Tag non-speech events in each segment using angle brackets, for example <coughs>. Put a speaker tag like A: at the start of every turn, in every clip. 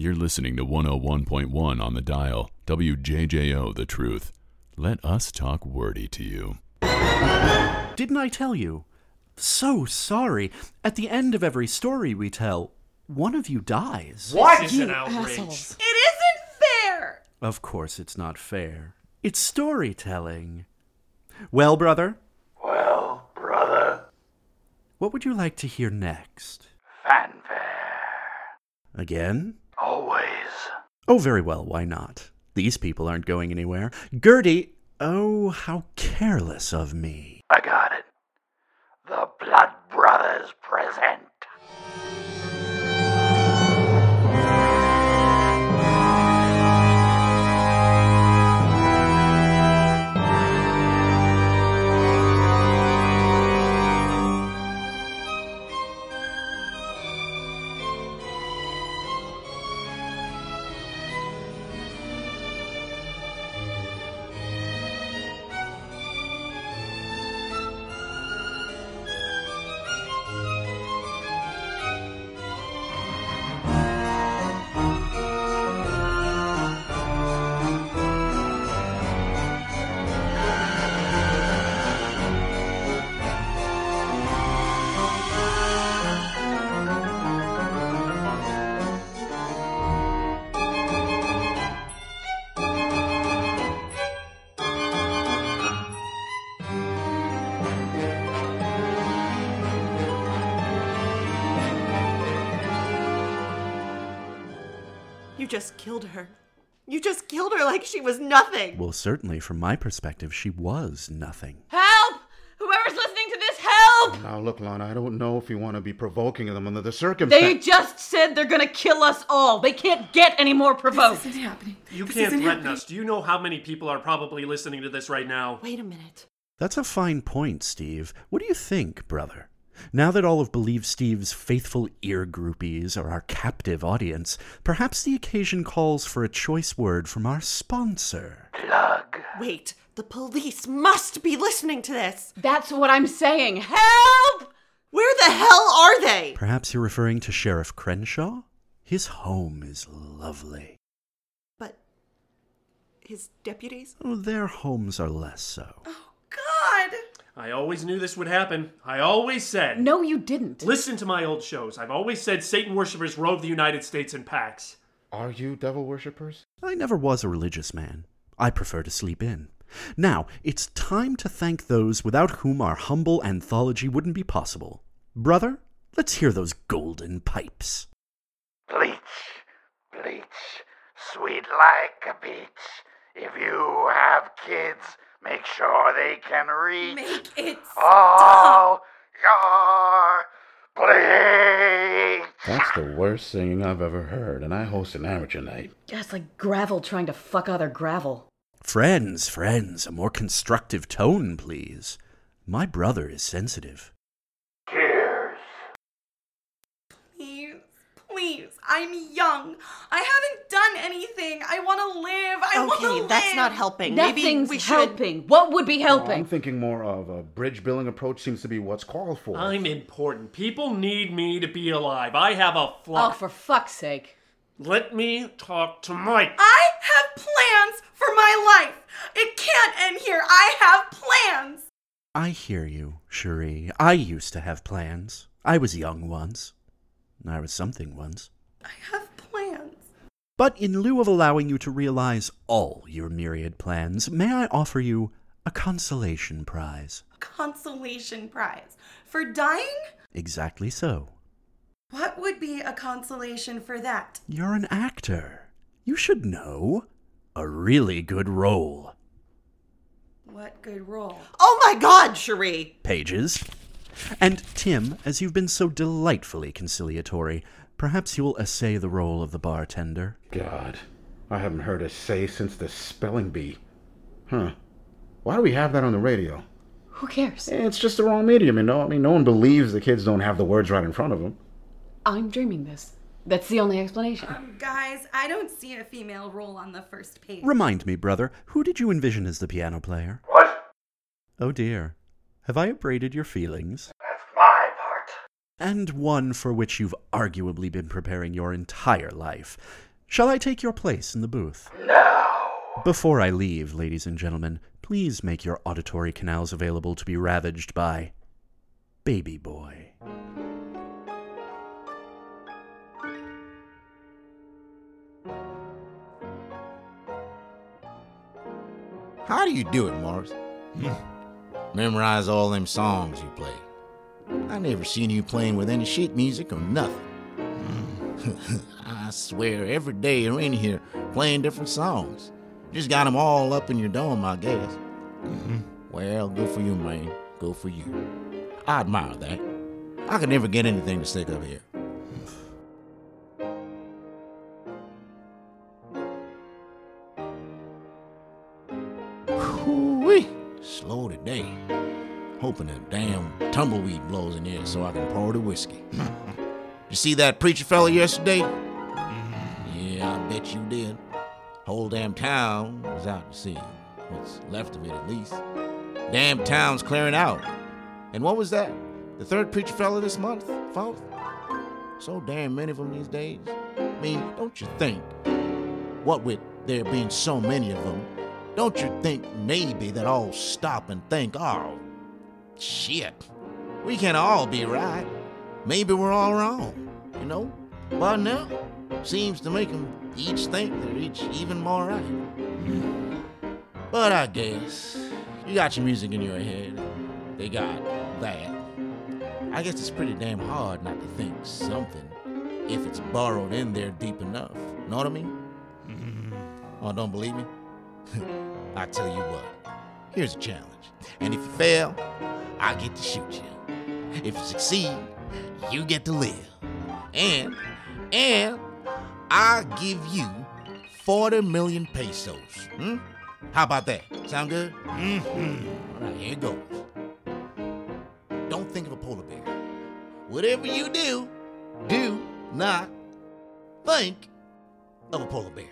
A: You're listening to 101.1 on the dial, WJJO The Truth. Let us talk wordy to you.
B: Didn't I tell you? So sorry. At the end of every story we tell, one of you dies.
C: What?
D: This is an outrage.
E: It isn't fair!
B: Of course, it's not fair. It's storytelling. Well, brother,
C: Well, brother,
B: what would you like to hear next?
C: fanfare.
B: Again?
C: Always.
B: Oh, very well, why not? These people aren't going anywhere. Gertie, oh, how careless of me.
C: I got it. The Blood Brothers present.
E: You just killed her. You just killed her like she was nothing.
B: Well, certainly, from my perspective, she was nothing.
E: Help! Whoever's listening to this, help!
F: Now, look, Lana, I don't know if you want to be provoking them under the
E: They
F: circumstances.
E: just said they're gonna kill us all. They can't get any more provoked.
G: This isn't happening.
D: You
G: This
D: can't
G: isn't
D: threaten
G: happening.
D: us. Do you know how many people are probably listening to this right now?
E: Wait a minute.
B: That's a fine point, Steve. What do you think, brother? Now that all of Believe Steve's faithful ear groupies are our captive audience, perhaps the occasion calls for a choice word from our sponsor.
C: Plug.
E: Wait, the police must be listening to this. That's what I'm saying. Help! Where the hell are they?
B: Perhaps you're referring to Sheriff Crenshaw? His home is lovely.
E: But his deputies?
B: Oh, their homes are less so.
E: God!
D: I always knew this would happen. I always said.
E: No, you didn't.
D: Listen to my old shows. I've always said Satan worshippers rove the United States in packs.
F: Are you devil worshippers?
B: I never was a religious man. I prefer to sleep in. Now, it's time to thank those without whom our humble anthology wouldn't be possible. Brother, let's hear those golden pipes.
C: Bleach. Bleach. Sweet like a peach. If you have kids, make sure they can reach
G: Make it stop.
C: all your bleach.
F: That's the worst singing I've ever heard, and I host an amateur night.
E: Yeah, it's like gravel trying to fuck other gravel.
B: Friends, friends, a more constructive tone, please. My brother is sensitive.
C: Cheers.
G: Please, please. I'm young. I haven't done anything. I want to live. I want to
H: Okay,
G: live.
H: that's not helping. Maybe
E: Nothing's
H: we should.
E: helping. What would be
F: I'm
E: helping?
F: thinking more of a bridge building approach seems to be what's called for.
D: I'm important. People need me to be alive. I have a
E: Oh,
D: flock.
E: for fuck's sake.
D: Let me talk to Mike.
E: Ah!
G: I have plans for my life. It can't end here. I have plans.
B: I hear you, Cherie. I used to have plans. I was young once. I was something once.
G: I have plans.
B: But in lieu of allowing you to realize all your myriad plans, may I offer you a consolation prize?
G: Consolation prize. For dying?
B: Exactly so.
G: What would be a consolation for that?
B: You're an actor. You should know a really good role.
G: What good role?
H: Oh my God, Cherie!
B: Pages. And Tim, as you've been so delightfully conciliatory, perhaps you will essay the role of the bartender.
F: God, I haven't heard a say since the spelling bee. Huh. Why do we have that on the radio?
E: Who cares?
F: Eh, It's just the wrong medium, you know? I mean, no one believes the kids don't have the words right in front of them.
E: I'm dreaming this. That's the only explanation.
G: Um, Guys, I don't see a female role on the first page.
B: Remind me, brother, who did you envision as the piano player?
C: What?
B: Oh dear. Have I abraded your feelings?
C: That's my part.
B: and one for which you've arguably been preparing your entire life. Shall I take your place in the booth?
C: No.
B: Before I leave, ladies and gentlemen, please make your auditory canals available to be ravaged by Baby Boy.
I: How do you do it, Morris? Hmm. Memorize all them songs you play. I never seen you playing with any sheet music or nothing. Hmm. <laughs> I swear, every day you're in here playing different songs. Just got 'em all up in your dome, I guess. Mm-hmm. Well, good for you, man. Good for you. I admire that. I could never get anything to stick up here. Whoo-wee. Slow today. Hoping that damn tumbleweed blows in here so I can pour the whiskey. you see that preacher fella yesterday? Yeah, I bet you did. Whole damn town was out to see him. What's left of it, at least. Damn town's clearing out. And what was that? The third preacher fella this month? Fourth? So damn many of them these days. I mean, don't you think? What with there being so many of them, don't you think maybe that all stop and think, oh, shit, we can all be right. Maybe we're all wrong, you know? By now, seems to make 'em each think they're each even more right. But I guess you got your music in your head. They got that. I guess it's pretty damn hard not to think something if it's borrowed in there deep enough. Know what I mean? Oh, don't believe me? I tell you what, here's a challenge. And if you fail, I get to shoot you. If you succeed, you get to live. And, and, I give you 40 million pesos. Hmm? How about that? Sound good? Mm-hmm. All right, here goes. Don't think of a polar bear. Whatever you do, do not think of a polar bear.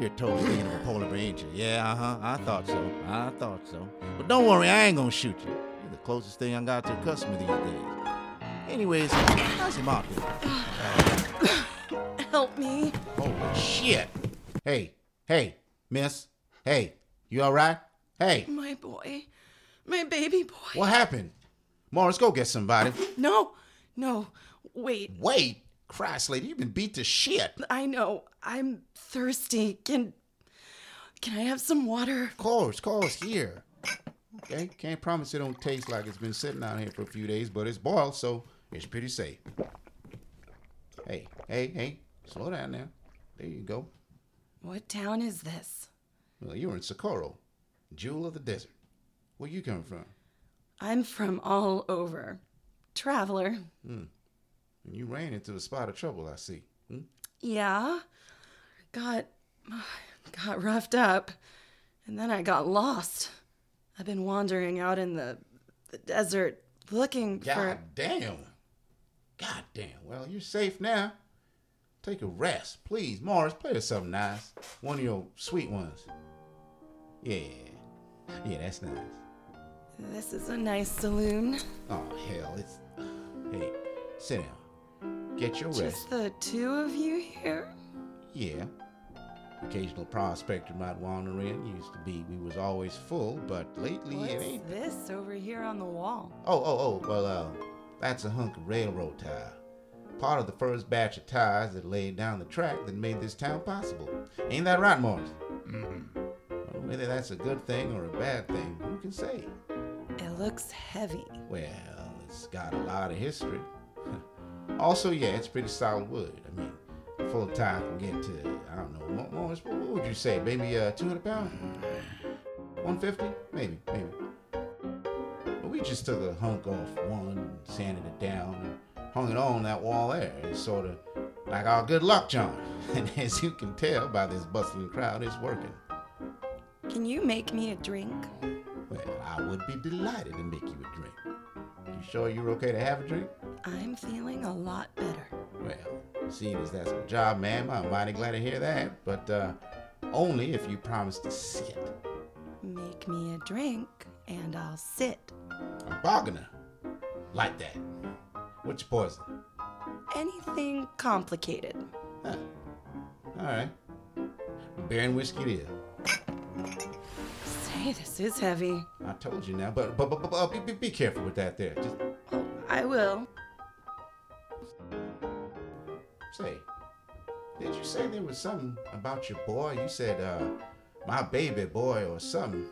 I: You're totally thinking of a polar bear, ain't you? Yeah, uh huh. I thought so. I thought so. But don't worry, I ain't gonna shoot you. You're the closest thing I got to a customer these days. Anyways, how's your mom doing?
G: <coughs> Help me.
I: Holy shit! Hey, hey, miss. Hey, you alright? Hey,
G: My boy. My baby boy.
I: what happened? Morris, go get somebody.
G: No, no. Wait.
I: Wait, Christ, lady, you've been beat to shit.
G: I know. I'm thirsty. Can can I have some water?
I: Of course, course, here. Okay, can't promise it don't taste like it's been sitting out here for a few days, but it's boiled, so it's pretty safe. Hey, hey, hey, slow down now. There you go.
G: What town is this?
I: Well, you were in Socorro, jewel of the desert. Where you coming from?
G: I'm from all over. Traveler.
I: Hmm. And you ran into the spot of trouble, I see. Hmm?
G: Yeah. Got got roughed up and then I got lost. I've been wandering out in the, the desert looking for
I: God damn. God damn. Well, you're safe now. Take a rest, please. Morris, play us something nice. One of your sweet ones. Yeah. Yeah, that's nice.
G: This is a nice saloon.
I: Oh, hell. It's. Hey, sit down. Get your rest.
G: Just the two of you here?
I: Yeah. Occasional prospector might wander in. Used to be we was always full, but lately it ain't.
G: What's this over here on the wall?
I: Oh, oh, oh, well, uh, that's a hunk of railroad tie. Part of the first batch of ties that laid down the track that made this town possible. Ain't that right, Morris? Well, Whether that's a good thing or a bad thing, who can say?
G: It looks heavy.
I: Well, it's got a lot of history. <laughs> also, yeah, it's pretty solid wood. I mean, full of tie can get to, I don't know, Mo- Morris, what what would you say? Maybe uh, 200 pounds? 150? Maybe, maybe. But we just took a hunk off one and sanded it down and hung it on that wall there. It's sort of like our good luck charm. <laughs> And as you can tell by this bustling crowd, it's working.
G: Can you make me a drink?
I: Well, I would be delighted to make you a drink. You sure you're okay to have a drink?
G: I'm feeling a lot better.
I: Well, seeing as that's my job, ma'am, I'm mighty glad to hear that, but uh, only if you promise to sit.
G: Make me a drink and I'll sit.
I: A bargainer. Like that. What's your poison?
G: anything complicated.
I: All right. Baron whiskey it is.
G: Say, this is heavy.
I: I told you now, but but, but, but uh, be, be, be careful with that there. Just
G: Oh, I will.
I: say, did you say there was something about your boy? You said, uh, my baby boy or something.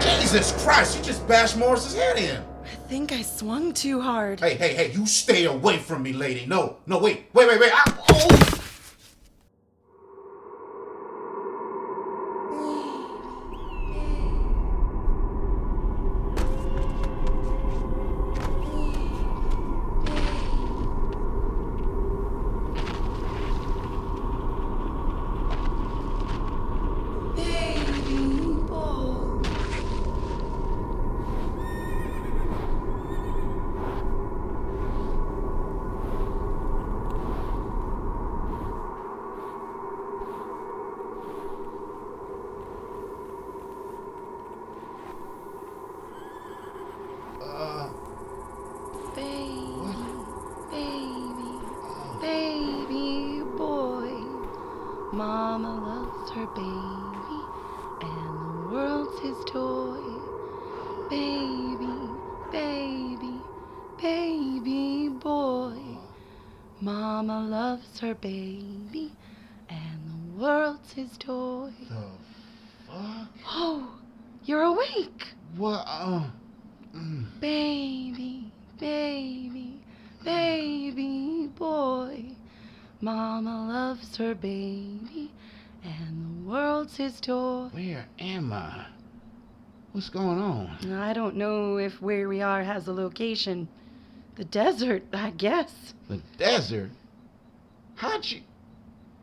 I: Jesus Christ, you just bashed Morris's head in.
G: I think I swung too hard.
I: Hey, hey, hey, you stay away from me, lady. No, no, wait, wait, wait, wait. I, oh!
J: Uh,
G: Baby, baby, baby boy. Mama loves her baby, and the world's his toy. Baby, baby, baby boy. Mama loves her baby, and the world's his toy. Oh, you're awake.
I: What? Uh,
G: Baby, baby, baby boy. Mama loves her baby, and the world's his toy.
I: Where am I? What's going on?
G: I don't know if where we are has a location. The desert, I guess.
I: The desert? How'd you.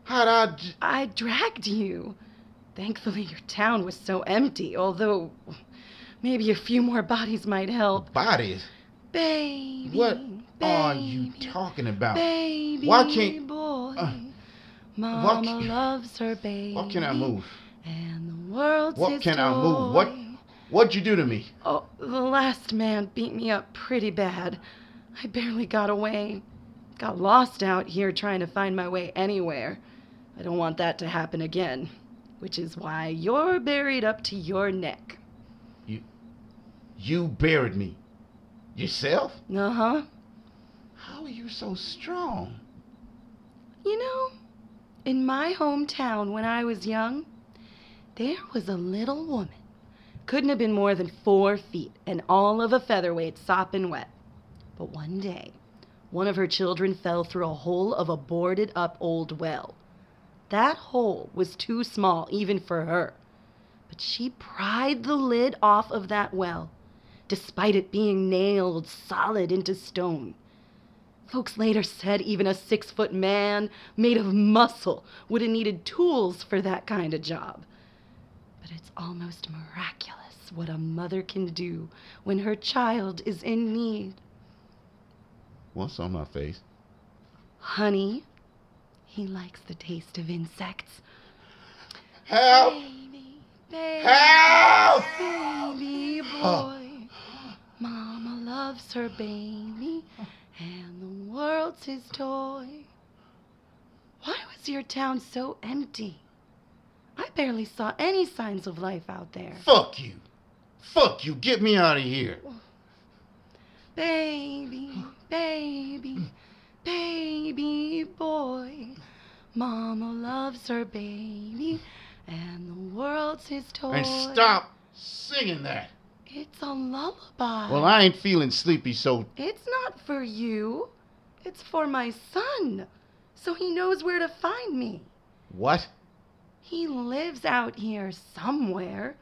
I: How'd I. J-
G: I dragged you. Thankfully, your town was so empty, although maybe a few more bodies might help.
I: Bodies?
G: Baby.
I: What are you talking about?
G: Baby
I: Why can't.
G: boy.
I: uh,
G: Mama
I: can-
G: loves her baby.
I: Why can't I move?
G: And the world's
I: What
G: his
I: can I move? What?
G: toy.
I: What'd you do to me?
G: Oh, the last man beat me up pretty bad. I barely got away. Got lost out here trying to find my way anywhere. I don't want that to happen again, which is why you're buried up to your neck.
I: You buried me. Yourself?
G: Uh huh.
I: How are you so strong?
G: You know, in my hometown when I was young, there was a little woman. Couldn't have been more than four feet and all of a featherweight sopping wet. But one day, one of her children fell through a hole of a boarded up old well. That hole was too small even for her. But she pried the lid off of that well, despite it being nailed solid into stone. Folks later said even a six foot man made of muscle would have needed tools for that kind of job. But it's almost miraculous what a mother can do when her child is in need.
I: What's on my face?
G: Honey, he likes the taste of insects.
I: Help!
G: Baby, Baby boy. Mama loves her baby, and the world's his toy. Why was your town so empty? I barely saw any signs of life out there.
I: Fuck you! Fuck you! Get me out of here!
G: Baby, baby, baby boy. Mama loves her baby, and the world's his toy.
I: And stop singing that!
G: It's a lullaby.
I: Well, I ain't feeling sleepy, so
G: It's not for you. It's for my son, so he knows where to find me.
I: what?
G: He lives out here somewhere.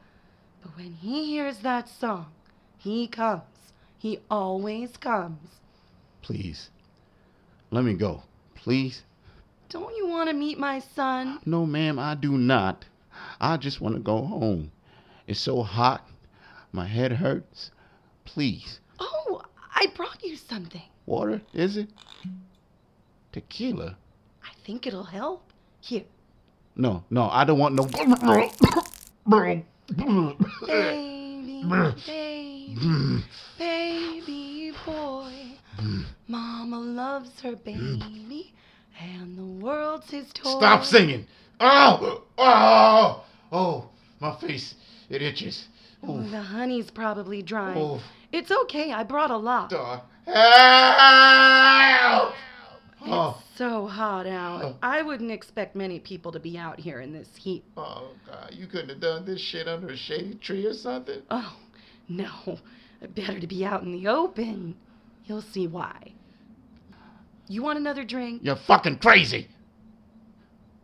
G: But when he hears that song, he comes. He always comes.
I: Please, let me go. Please.
G: Don't you want to meet my son?
I: No, ma'am, I do not. I just want to go home. It's so hot. My head hurts. Please.
G: Oh, I brought you something.
I: Water, is it? Tequila?
G: I think it'll help. Here.
I: No, no, I don't want no. <laughs>
G: Baby, baby, baby boy. Mama loves her baby, and the world's his toy.
K: Stop singing. Oh, oh, oh, my face, it itches.
G: Ooh, the honey's probably drying.
K: Oof.
G: It's okay. I brought a lot.
K: Help! Oh.
G: It's so hot out.
K: Oh.
G: I wouldn't expect many people to be out here in this heat.
K: Oh, God, you couldn't have done this shit under a shady tree or something?
G: Oh, no. Better to be out in the open. You'll see why. You want another drink?
K: You're fucking crazy.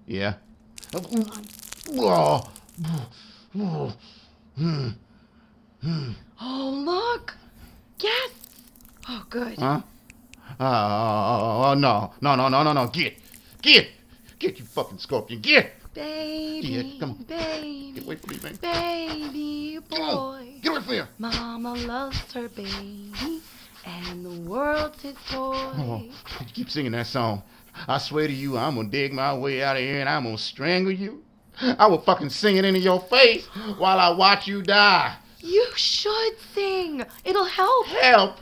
K: Yeah. Oh, oh, hmm, hmm.
G: Oh, look! Yes! Oh, good.
K: Huh? Oh, oh, oh, no, no, no, no, no, no! Get, get, get! You fucking scorpion! Get,
G: Baby,
K: get! Come on!
G: baby,
K: Get away from me, man!
G: baby boy.
K: Get away from here!
G: Mama loves her baby, and the world's his toy.
K: Oh, you <laughs> keep singing that song. I swear to you, I'm gonna dig my way out of here and I'm gonna strangle you. I will fucking sing it into your face while I watch you die.
G: You should sing. It'll help.
K: Help!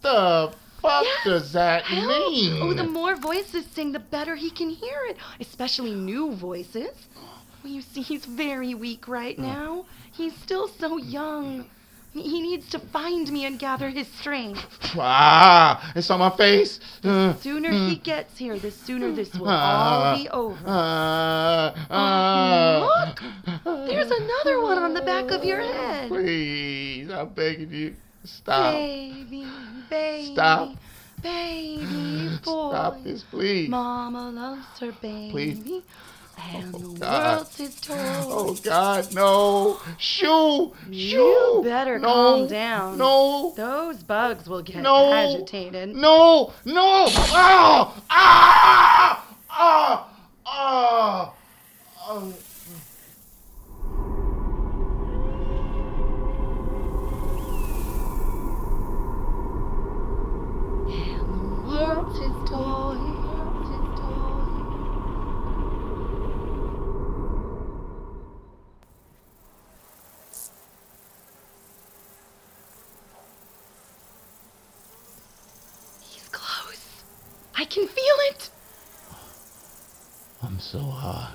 K: The fuck
G: Yes,
K: does that
G: Help.
K: mean?
G: Oh, the more voices sing, the better he can hear it, especially new voices. Well, you see, he's very weak right
K: Mm.
G: now. He's still so young. He- He needs to find me and gather his strength.
K: ah, it's on my face. Uh,
G: sooner he gets here, the sooner this will
K: Ah.
G: all be over.
K: uh, uh,
G: Oh, Look, there's another one on the back of your head.
K: Please, I'm begging you. Stop.
G: Baby, baby,
K: Stop.
G: baby boy.
K: Stop this, please.
G: Mama loves her baby.
K: Please. Oh,
G: And the
K: God.
G: world's his toy.
K: Oh God, no! Shoo!
G: You better
K: No.
G: calm down.
K: No.
G: Those bugs will get
K: No.
G: agitated.
K: No! No! Ow! Ah! Ah! Ah! Oh.
G: World's his toy. World's his toy. He's close. I can feel it.
I: I'm so hot.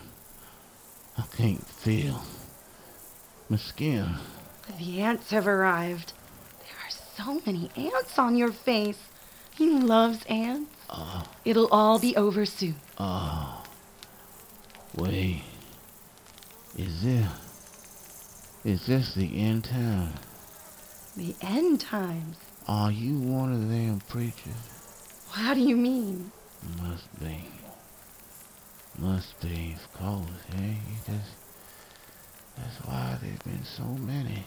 I: I can't feel. My skin.
G: The ants have arrived. There are so many ants on your face. He loves ants. It'll all be over soon.
I: Oh. Wait. Is this. Is this the end time?
G: The end times.
I: Are you one of them preachers?
G: How do you mean?
I: Must be. Must be, of course, eh? You just, that's why there's been so many.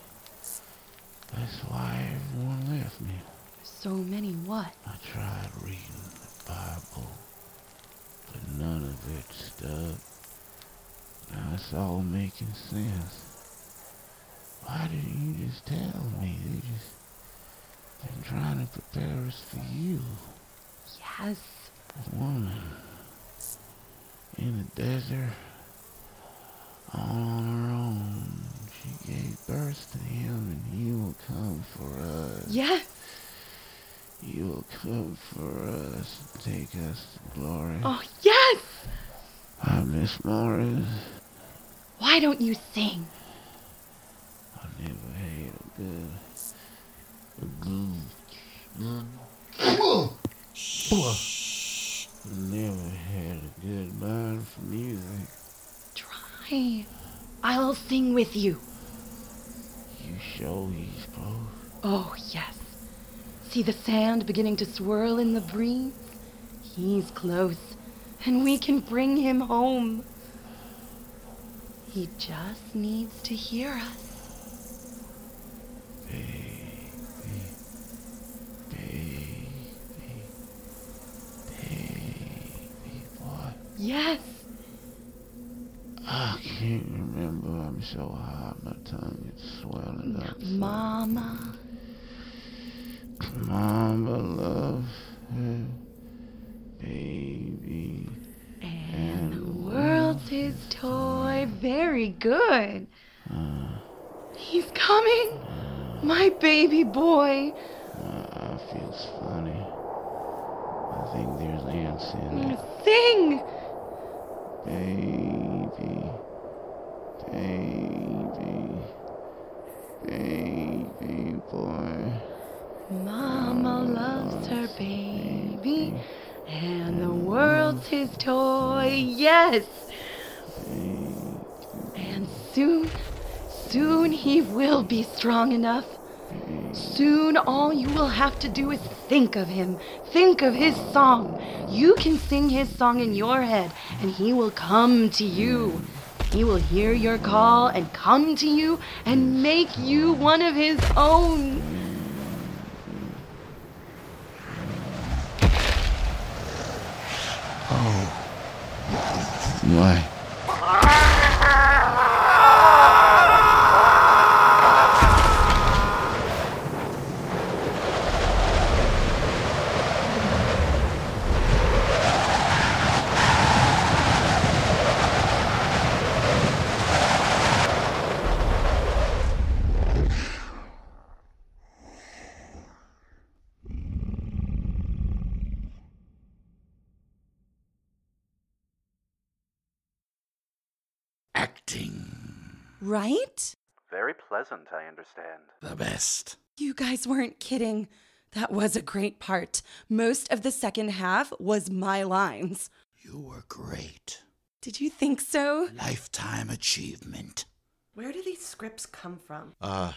I: That's why everyone left me.
G: So many what?
I: I tried reading the Bible, but none of it stuck. Now it's all making sense. Why didn't you just tell me? You just been trying to prepare us for you,
G: Yes.
I: a woman, in the desert, all on her own. She gave birth to him, and he will come for us.
G: Yes.
I: You will come for us and take us to glory.
G: Oh, yes.
I: I miss Morris.
G: Why don't you sing?
I: I never had a good, a good, never had a good mind for music.
G: Try. I'll sing with you.
I: You show these folks.
G: Oh, yes. See the sand beginning to swirl in the breeze? He's close, and we can bring him home. He just needs to hear us. Yes.
I: I can't remember. I'm so hot. My tongue is swelling up.
G: Mama.
I: Mama love her baby. And the
G: World's his toy. Very good.
I: Uh,
G: He's coming. My baby boy.
I: my eye feels funny.
G: thing.
F: Baby, baby, baby boy.
G: Mama loves her baby, and the world's his toy. Yes. And soon, soon he will be strong enough. Soon, all you will have to do is think of him. Think of his song. You can sing his song in your head, and he will come to you. He will hear your call and come to you and make you one of his own.
F: Oh, my.
L: Right?
B: Very pleasant, I understand.
I: The best.
L: You guys weren't kidding. That was a great part. Most of the second half was my lines. You were great. Did you think so?
I: Lifetime achievement.
E: Where do these scripts come from?
I: Uh,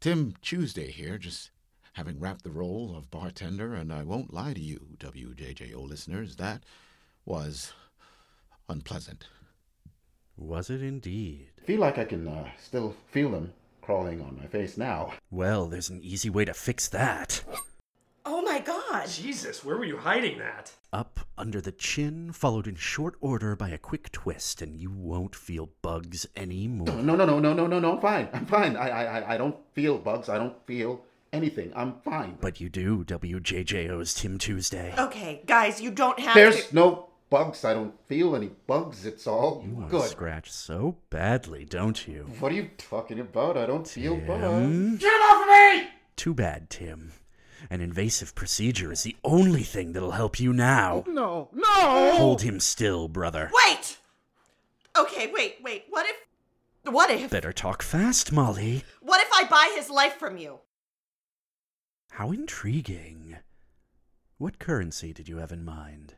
I: Tim Tuesday here, just having wrapped the role of bartender, and I won't lie to you, WJJO listeners, that was unpleasant.
B: Was it indeed?
J: I feel like I can uh, still feel them crawling on my face now.
B: Well, there's an easy way to fix that.
D: Oh my god! Jesus, where were you hiding that?
B: Up under the chin, followed in short order by a quick twist, and you won't feel bugs anymore.
J: No, no, no, no, no, no, no. I'm fine. I'm fine. I, I, I- I don't feel bugs. I don't feel anything. I'm fine.
B: But you do, WJJO's Tim Tuesday.
E: Okay, guys, you don't have
J: There's
E: to.
J: no bugs. I don't feel any bugs. It's all
B: You want to
J: good.
B: scratch so badly, don't you?
J: What are you talking about? I don't feel
B: Tim?
J: bugs. Get off me!
B: Too bad, Tim. An invasive procedure is the only thing that'll help you now.
J: No,
E: no!
B: Hold him still, brother.
E: Wait! Okay, wait, wait. What if. What if.
B: Better talk fast, Molly.
E: What if I buy his life from you?
B: How intriguing. What currency did you have in mind?